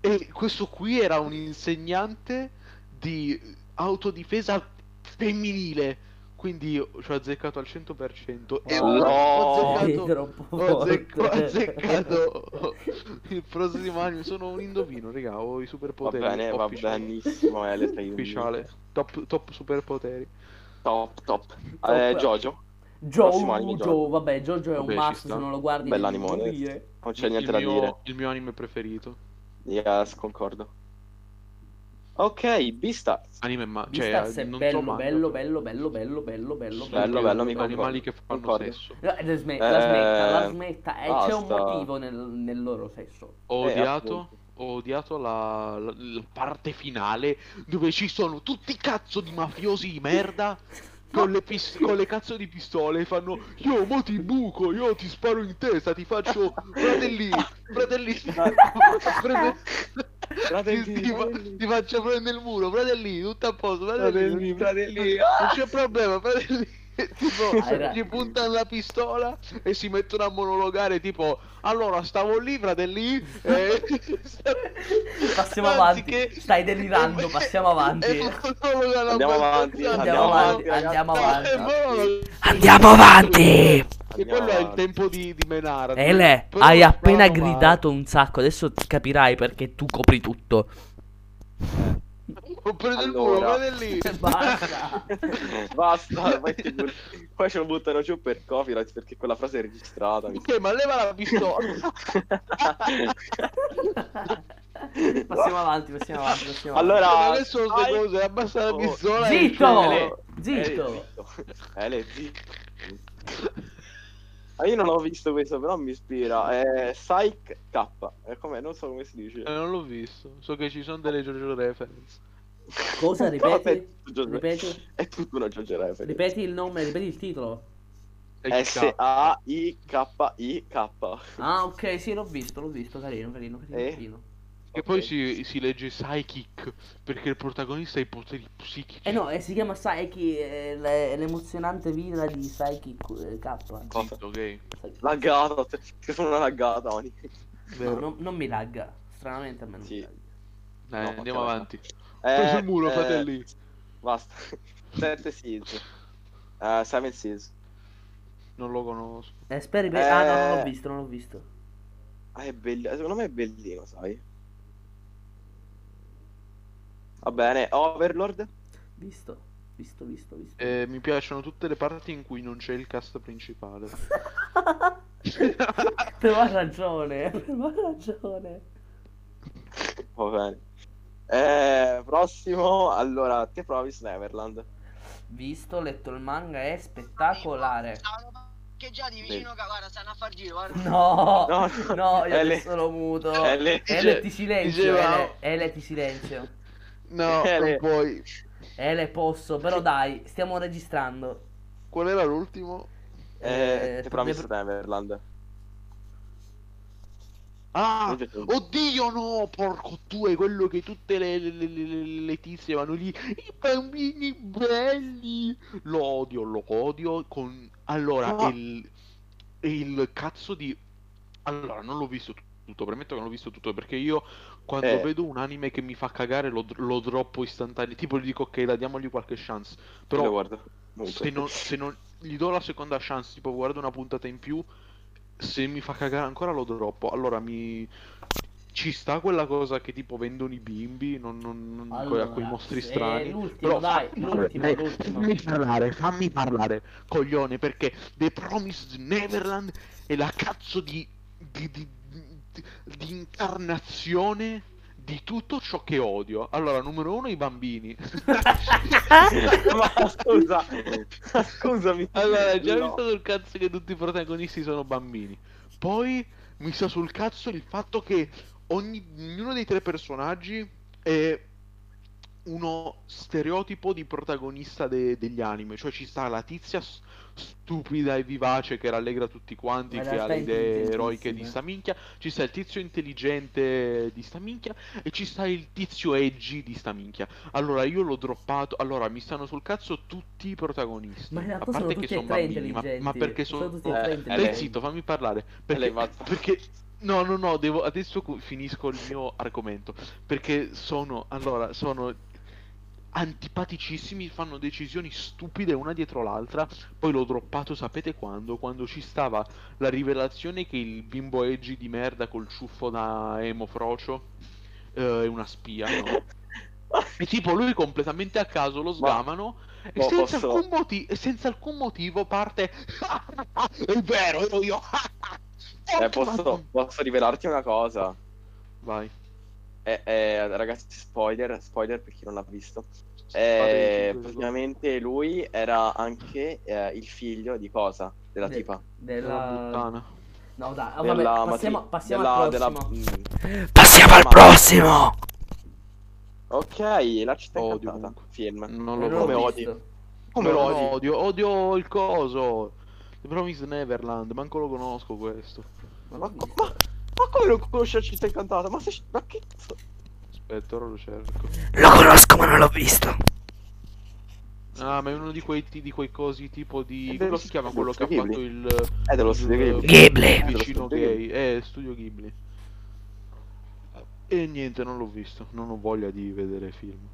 [SPEAKER 3] E questo qui era un insegnante di autodifesa femminile. Quindi ci ho azzeccato al 100%. E
[SPEAKER 1] Oh,
[SPEAKER 3] ora ho
[SPEAKER 2] no.
[SPEAKER 1] Sei
[SPEAKER 3] azzeccato.
[SPEAKER 1] troppo
[SPEAKER 3] Ho azzec- ho
[SPEAKER 1] forte. <laughs>
[SPEAKER 3] azzeccato il prossimo anime. Sono un indovino, raga. Ho i
[SPEAKER 2] Va
[SPEAKER 3] superpoteri.
[SPEAKER 2] bene, va
[SPEAKER 3] officiali.
[SPEAKER 2] benissimo. Ele, sei un-
[SPEAKER 3] Ufficiale. Top, top superpoteri.
[SPEAKER 2] Top, top.
[SPEAKER 1] Top.
[SPEAKER 2] Eh, Jojo.
[SPEAKER 1] Joe,
[SPEAKER 2] Prossimo anime, Jojo.
[SPEAKER 1] Joe, vabbè, Jojo è un
[SPEAKER 3] Vabbè, ci
[SPEAKER 1] must, se
[SPEAKER 3] sta.
[SPEAKER 1] non lo guardi devi
[SPEAKER 2] Bell'animone.
[SPEAKER 1] morire.
[SPEAKER 2] Non c'è niente
[SPEAKER 3] il
[SPEAKER 2] da
[SPEAKER 3] mio,
[SPEAKER 2] dire.
[SPEAKER 3] Il mio anime preferito.
[SPEAKER 2] Yes, concordo. Ok, Beastars.
[SPEAKER 3] Anime ma cioè,
[SPEAKER 1] Beastars è
[SPEAKER 3] non so
[SPEAKER 1] bello,
[SPEAKER 3] manga,
[SPEAKER 1] bello,
[SPEAKER 3] però.
[SPEAKER 1] bello, bello, bello, bello, bello,
[SPEAKER 3] Sono
[SPEAKER 2] Bello,
[SPEAKER 3] quegli
[SPEAKER 2] bello, mi
[SPEAKER 3] animali
[SPEAKER 2] concordo.
[SPEAKER 3] che fanno
[SPEAKER 2] Concordo.
[SPEAKER 3] sesso.
[SPEAKER 1] La, la sme- la smetta, la
[SPEAKER 2] Eh,
[SPEAKER 1] smetta, eh, c'è un
[SPEAKER 2] basta.
[SPEAKER 1] motivo nel, nel loro sesso.
[SPEAKER 3] Ho
[SPEAKER 2] Eh,
[SPEAKER 3] odiato,
[SPEAKER 2] appunto.
[SPEAKER 3] ho odiato la, la- la parte finale dove ci sono tutti i cazzo di mafiosi di merda con le, pis- con le cazzo di pistole e fanno io mo ti buco, io ti sparo in testa, ti faccio
[SPEAKER 2] <laughs>
[SPEAKER 3] fratellini, fratellini, prende-
[SPEAKER 2] Fratellini,
[SPEAKER 3] ti, ti fa-
[SPEAKER 2] fratellini.
[SPEAKER 3] ti faccio prendere il muro, fratellini, tutto a posto,
[SPEAKER 2] Fratellini,
[SPEAKER 3] fratellini,
[SPEAKER 2] fratellini,
[SPEAKER 3] non c'è problema, fratellini. Tipo,
[SPEAKER 1] Allora-
[SPEAKER 3] gli puntano la pistola e si mettono a monologare tipo allora stavo lì fratelli e...
[SPEAKER 1] <laughs> Passiamo
[SPEAKER 3] Anzi,
[SPEAKER 1] avanti,
[SPEAKER 3] che-
[SPEAKER 1] stai delirando,
[SPEAKER 3] e-
[SPEAKER 1] passiamo avanti.
[SPEAKER 3] e monologano
[SPEAKER 2] Andiamo avanti,
[SPEAKER 3] abbastanza.
[SPEAKER 1] Andiamo avanti, andiamo avanti.
[SPEAKER 3] E monologano.
[SPEAKER 5] Andiamo avanti!
[SPEAKER 3] E boh. quello è il tempo di, di menare
[SPEAKER 1] Ele,
[SPEAKER 3] Però
[SPEAKER 1] hai
[SPEAKER 3] non
[SPEAKER 1] appena
[SPEAKER 3] parlano male.
[SPEAKER 1] gridato un sacco, adesso capirai perché tu copri <laughs> tutto.
[SPEAKER 3] ho preso
[SPEAKER 2] Allora.
[SPEAKER 3] il muro fratelli
[SPEAKER 1] <laughs> Basta.
[SPEAKER 2] <laughs> Basta, vai sicuro. poi ce lo buttano giù per copyright perché quella frase è registrata. mi sa.
[SPEAKER 3] ok ma leva la pistola
[SPEAKER 1] passiamo avanti, passiamo avanti, passiamo avanti.
[SPEAKER 2] <laughs> Allora,
[SPEAKER 3] Ma adesso lo sai
[SPEAKER 2] vai.
[SPEAKER 3] cosa abbassa la
[SPEAKER 2] Oh,
[SPEAKER 3] pistola e-
[SPEAKER 1] Zitto!
[SPEAKER 2] Ele,
[SPEAKER 1] Zitto!
[SPEAKER 2] Ele, zitto. Ah, io non ho visto questo, però mi ispira. È Psych K. Eh, com'è? Non so come si dice.
[SPEAKER 3] Eh, non l'ho visto so che ci sono delle JoJo reference
[SPEAKER 2] <laughs>
[SPEAKER 1] Cosa ripeti?
[SPEAKER 2] È tutto Jojo-
[SPEAKER 1] Ripeti?
[SPEAKER 2] È tutto una Jojo reference.
[SPEAKER 1] Ripeti il nome, ripeti il titolo.
[SPEAKER 2] S-A-I-K-I-K.
[SPEAKER 1] Ah, ok, sì, l'ho visto, l'ho visto, carino, carino, carino,
[SPEAKER 2] Eh?
[SPEAKER 1] carino.
[SPEAKER 3] Che poi si, si legge psychic perché il protagonista ha i poteri psichici.
[SPEAKER 1] Eh no, eh, si chiama Psyche, eh, le- l'emozionante vita di Psyche Q- K.
[SPEAKER 3] Zitto, ok.
[SPEAKER 2] Laggata, te- che sono una laggata,
[SPEAKER 3] <laughs>
[SPEAKER 2] Oni.
[SPEAKER 1] No, non, non mi lagga, stranamente a me non
[SPEAKER 2] Sì.
[SPEAKER 1] mi lagga.
[SPEAKER 3] Dai,
[SPEAKER 2] No,
[SPEAKER 3] Eh, andiamo
[SPEAKER 2] ok,
[SPEAKER 3] avanti. Preso il muro, fratelli.
[SPEAKER 2] Eh, Basta. 7 Seeds. Eh, 7 Seeds.
[SPEAKER 3] Non lo conosco.
[SPEAKER 1] Eh, speri per... Ah no, non l'ho
[SPEAKER 2] Eh.
[SPEAKER 1] visto, non l'ho visto.
[SPEAKER 2] Ah, è bell- Secondo me è bellino, sai? Va bene, Overlord?
[SPEAKER 1] Visto, visto, visto, visto.
[SPEAKER 3] Eh, mi piacciono tutte le parti in cui non c'è il cast
[SPEAKER 2] <laughs>
[SPEAKER 3] principale. <laughs>
[SPEAKER 1] <laughs> Però ha ragione, però ha ragione.
[SPEAKER 2] Va bene. Eh, prossimo, allora, te provis Neverland.
[SPEAKER 1] Visto, ho letto il manga, è spettacolare.
[SPEAKER 6] Che già di vicino
[SPEAKER 2] Sì.
[SPEAKER 6] ca- guarda, stanno a far giro, guarda.
[SPEAKER 1] No,
[SPEAKER 2] No,
[SPEAKER 1] no,
[SPEAKER 2] no.
[SPEAKER 3] <laughs>
[SPEAKER 1] io
[SPEAKER 2] L-
[SPEAKER 1] adesso lo muto.
[SPEAKER 2] Eh, le-
[SPEAKER 1] Ele ti silenzio,
[SPEAKER 3] dicevamo-
[SPEAKER 1] Ele, Ele ti silenzio.
[SPEAKER 3] No,
[SPEAKER 2] Eh,
[SPEAKER 3] non
[SPEAKER 2] le-
[SPEAKER 3] puoi.
[SPEAKER 1] Ele posso, però dai, stiamo registrando.
[SPEAKER 3] Qual era l'ultimo?
[SPEAKER 2] Eh, te provis
[SPEAKER 1] ne-
[SPEAKER 2] Neverland.
[SPEAKER 3] Ah,
[SPEAKER 2] Oddio.
[SPEAKER 3] oddio no, porco tu è quello che tutte le, le, le- le- le tizie vanno lì, i bambini belli, lo odio, lo odio con... Allora,
[SPEAKER 2] No.
[SPEAKER 3] il, il cazzo di... Allora, non l'ho visto tutto, premetto che non l'ho visto tutto perché io quando
[SPEAKER 2] Eh.
[SPEAKER 3] vedo un anime che mi fa cagare lo, lo droppo istantaneo, tipo gli dico ok, dai, diamogli qualche chance,
[SPEAKER 2] Lo
[SPEAKER 3] però
[SPEAKER 2] guardo.
[SPEAKER 3] se
[SPEAKER 2] Comunque.
[SPEAKER 3] non, se non gli do la seconda chance, tipo guardo una puntata in più, se mi fa cagare ancora lo droppo. Allora mi. Ci sta quella cosa che tipo vendono i bimbi, non, non, non-
[SPEAKER 1] Allora,
[SPEAKER 3] a quei mostri
[SPEAKER 1] eh,
[SPEAKER 3] strani.
[SPEAKER 1] l'ultimo,
[SPEAKER 3] Però
[SPEAKER 1] dai,
[SPEAKER 3] fammi
[SPEAKER 1] l'ultimo,
[SPEAKER 3] parlare,
[SPEAKER 1] l'ultimo.
[SPEAKER 3] Fammi parlare, fammi parlare, coglione, perché The Promised Neverland è la cazzo di. di, di, di- di incarnazione di tutto ciò che odio. Allora, numero uno,
[SPEAKER 1] <laughs>
[SPEAKER 3] i bambini. <laughs>
[SPEAKER 1] Ah?
[SPEAKER 2] <laughs> Ma scusa, scusami.
[SPEAKER 3] Allora, già
[SPEAKER 2] No.
[SPEAKER 3] mi sta sul cazzo che tutti i protagonisti sono bambini. Poi mi sta sul cazzo il fatto che ogni- ognuno dei tre personaggi è uno stereotipo di protagonista de- degli anime. Cioè ci sta la tizia s- stupida e vivace che rallegra tutti quanti,
[SPEAKER 1] Ma in
[SPEAKER 3] che ha
[SPEAKER 1] realtà
[SPEAKER 3] le
[SPEAKER 1] è
[SPEAKER 3] idee
[SPEAKER 1] intelligentissima.
[SPEAKER 3] eroiche di sta minchia. Ci sta il tizio intelligente di sta minchia e ci sta il tizio edgy di sta minchia. Allora io l'ho droppato. Allora mi stanno sul cazzo tutti i protagonisti.
[SPEAKER 1] Ma in
[SPEAKER 3] a
[SPEAKER 1] realtà sono
[SPEAKER 3] parte che
[SPEAKER 1] tutti e
[SPEAKER 3] sono
[SPEAKER 1] tre
[SPEAKER 3] bambini, ma,
[SPEAKER 1] intelligenti.
[SPEAKER 3] ma perché sono. Oh,
[SPEAKER 1] tutti e
[SPEAKER 2] eh,
[SPEAKER 1] tre
[SPEAKER 2] eh,
[SPEAKER 1] intelligenti.
[SPEAKER 3] Stai zitto, fammi parlare.
[SPEAKER 2] Lei
[SPEAKER 3] Perché,
[SPEAKER 2] va-
[SPEAKER 3] <laughs> perché- No, no, no, devo... adesso cu- finisco il mio argomento. Perché sono. Allora, sono antipaticissimi, fanno decisioni stupide una dietro l'altra. Poi l'ho droppato, sapete quando? Quando ci stava la rivelazione che il bimbo Edgy di merda col ciuffo da emo frocio eh, è una spia, no? E tipo lui completamente a caso lo sgamano e
[SPEAKER 2] Mo
[SPEAKER 3] senza,
[SPEAKER 2] posso-
[SPEAKER 3] alcun moti- e senza alcun motivo parte <laughs> È vero, ero io
[SPEAKER 2] Eh, posso, posso rivelarti una cosa?
[SPEAKER 3] Vai
[SPEAKER 2] Eh, eh, ragazzi, spoiler, spoiler per chi non l'ha visto.
[SPEAKER 3] Fatemi
[SPEAKER 2] Eh,
[SPEAKER 3] cinque secondi.
[SPEAKER 2] praticamente lui era anche eh, il figlio di cosa? Della
[SPEAKER 1] De-
[SPEAKER 2] tipa.
[SPEAKER 3] Della
[SPEAKER 1] Della...
[SPEAKER 3] puttana
[SPEAKER 1] No dai, oh, Eh, ah, vabbè,
[SPEAKER 2] Della
[SPEAKER 1] passiamo,
[SPEAKER 2] matri-
[SPEAKER 1] passiamo
[SPEAKER 2] della-
[SPEAKER 1] al
[SPEAKER 2] della-
[SPEAKER 1] prossimo.
[SPEAKER 2] mm.
[SPEAKER 5] Passiamo al prossimo.
[SPEAKER 2] Ok, la città incantata.
[SPEAKER 3] Odio comunque. Mm,
[SPEAKER 2] Film.
[SPEAKER 3] Non
[SPEAKER 1] Non
[SPEAKER 3] lo
[SPEAKER 1] l'ho
[SPEAKER 2] come
[SPEAKER 1] visto.
[SPEAKER 2] odi.
[SPEAKER 3] Come
[SPEAKER 2] No,
[SPEAKER 3] lo
[SPEAKER 2] no.
[SPEAKER 3] odio? Odio il coso The Promise Neverland Manco lo conosco questo
[SPEAKER 1] Non l'ho
[SPEAKER 2] Ma,
[SPEAKER 1] visto.
[SPEAKER 2] ma- ma come non conosci la città incantata? Ma, sei, ma che cazzo?
[SPEAKER 3] Aspetta, ora lo cerco
[SPEAKER 5] Lo conosco ma non l'ho visto.
[SPEAKER 3] Ah, ma è uno di quei, di quei cosi tipo di...
[SPEAKER 2] È dello
[SPEAKER 3] Come si chiama quello che ha
[SPEAKER 2] studio
[SPEAKER 3] fatto
[SPEAKER 2] Ghibli.
[SPEAKER 3] il...
[SPEAKER 2] È dello
[SPEAKER 3] il-
[SPEAKER 2] studio Ghibli.
[SPEAKER 5] Ghibli.
[SPEAKER 2] dello
[SPEAKER 3] Vicino
[SPEAKER 2] studio
[SPEAKER 3] gay. Eh, studio Ghibli. E niente, non l'ho visto. Non ho voglia di vedere film.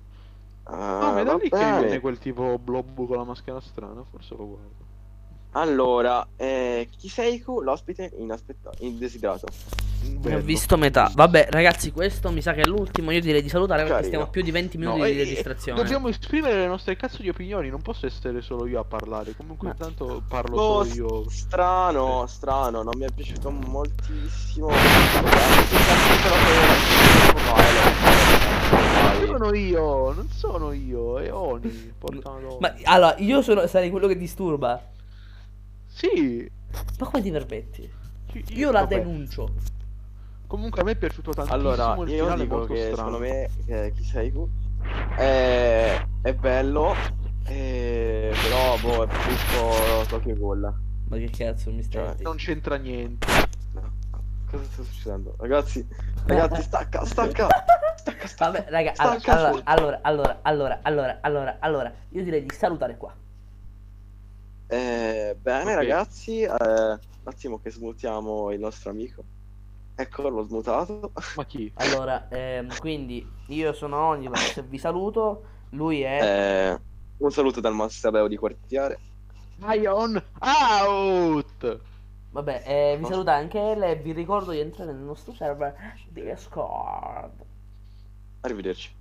[SPEAKER 2] Ah,
[SPEAKER 3] Ah, ma è da
[SPEAKER 2] va
[SPEAKER 3] lì che mi
[SPEAKER 2] bene.
[SPEAKER 3] viene quel tipo blob con la maschera strana. Forse lo guardo.
[SPEAKER 2] Allora, eh, Kiseiku, l'ospite inaspettato, indesiderato.
[SPEAKER 1] Ne
[SPEAKER 3] Bello.
[SPEAKER 1] ho visto metà. Vabbè, ragazzi, questo mi sa che è l'ultimo. Io direi di salutare perché
[SPEAKER 2] Carino.
[SPEAKER 1] stiamo a più di 20 minuti
[SPEAKER 3] No,
[SPEAKER 1] di
[SPEAKER 3] eh, eh,
[SPEAKER 1] registrazione.
[SPEAKER 3] Dobbiamo esprimere le nostre cazzo di opinioni. Non posso essere solo io a parlare. Comunque,
[SPEAKER 1] Ma-
[SPEAKER 3] intanto parlo
[SPEAKER 2] Oh,
[SPEAKER 3] solo io. Eh.
[SPEAKER 2] s- strano, strano, non mi è piaciuto moltissimo. Dai.
[SPEAKER 3] Non sono io, non sono io. È Oni. Porca
[SPEAKER 1] Ma
[SPEAKER 3] madonna.
[SPEAKER 1] allora, io sono, sarei quello che disturba.
[SPEAKER 3] Sì.
[SPEAKER 1] Ma come ti permetti?
[SPEAKER 3] chi-
[SPEAKER 1] Io la
[SPEAKER 3] vabbè.
[SPEAKER 1] denuncio.
[SPEAKER 3] Comunque, a me è piaciuto tantissimo.
[SPEAKER 2] Allora,
[SPEAKER 3] il
[SPEAKER 2] io
[SPEAKER 3] finale
[SPEAKER 2] dico
[SPEAKER 3] molto
[SPEAKER 2] che
[SPEAKER 3] strano.
[SPEAKER 2] secondo me eh, Kiseiku è, è bello, eh, però boh, è più Tokyo Ghoul.
[SPEAKER 1] Ma che cazzo mi stai?
[SPEAKER 2] Cioè,
[SPEAKER 1] a dire?
[SPEAKER 3] Non c'entra niente.
[SPEAKER 2] No. Cosa sta succedendo? Ragazzi, ragazzi, stacca, stacca, <laughs> stacca, stacca.
[SPEAKER 1] Vabbè, raga,
[SPEAKER 2] Sta al
[SPEAKER 1] allora,
[SPEAKER 2] cazzo.
[SPEAKER 1] allora, allora, allora, allora, allora, allora, io direi di salutare qua.
[SPEAKER 2] Eh, bene,
[SPEAKER 3] Ok.
[SPEAKER 2] ragazzi, eh, un attimo che smutiamo il nostro amico. Eccolo, l'ho smutato.
[SPEAKER 3] Ma chi?
[SPEAKER 1] Allora, ehm, quindi io sono Onivax, vi saluto. Lui è.
[SPEAKER 2] <laughs> Eh, un saluto dal master Leo di quartiere.
[SPEAKER 3] Ion out!
[SPEAKER 1] Vabbè, eh, vi saluta anche lei. Vi ricordo di entrare nel nostro server Discord.
[SPEAKER 2] Arrivederci.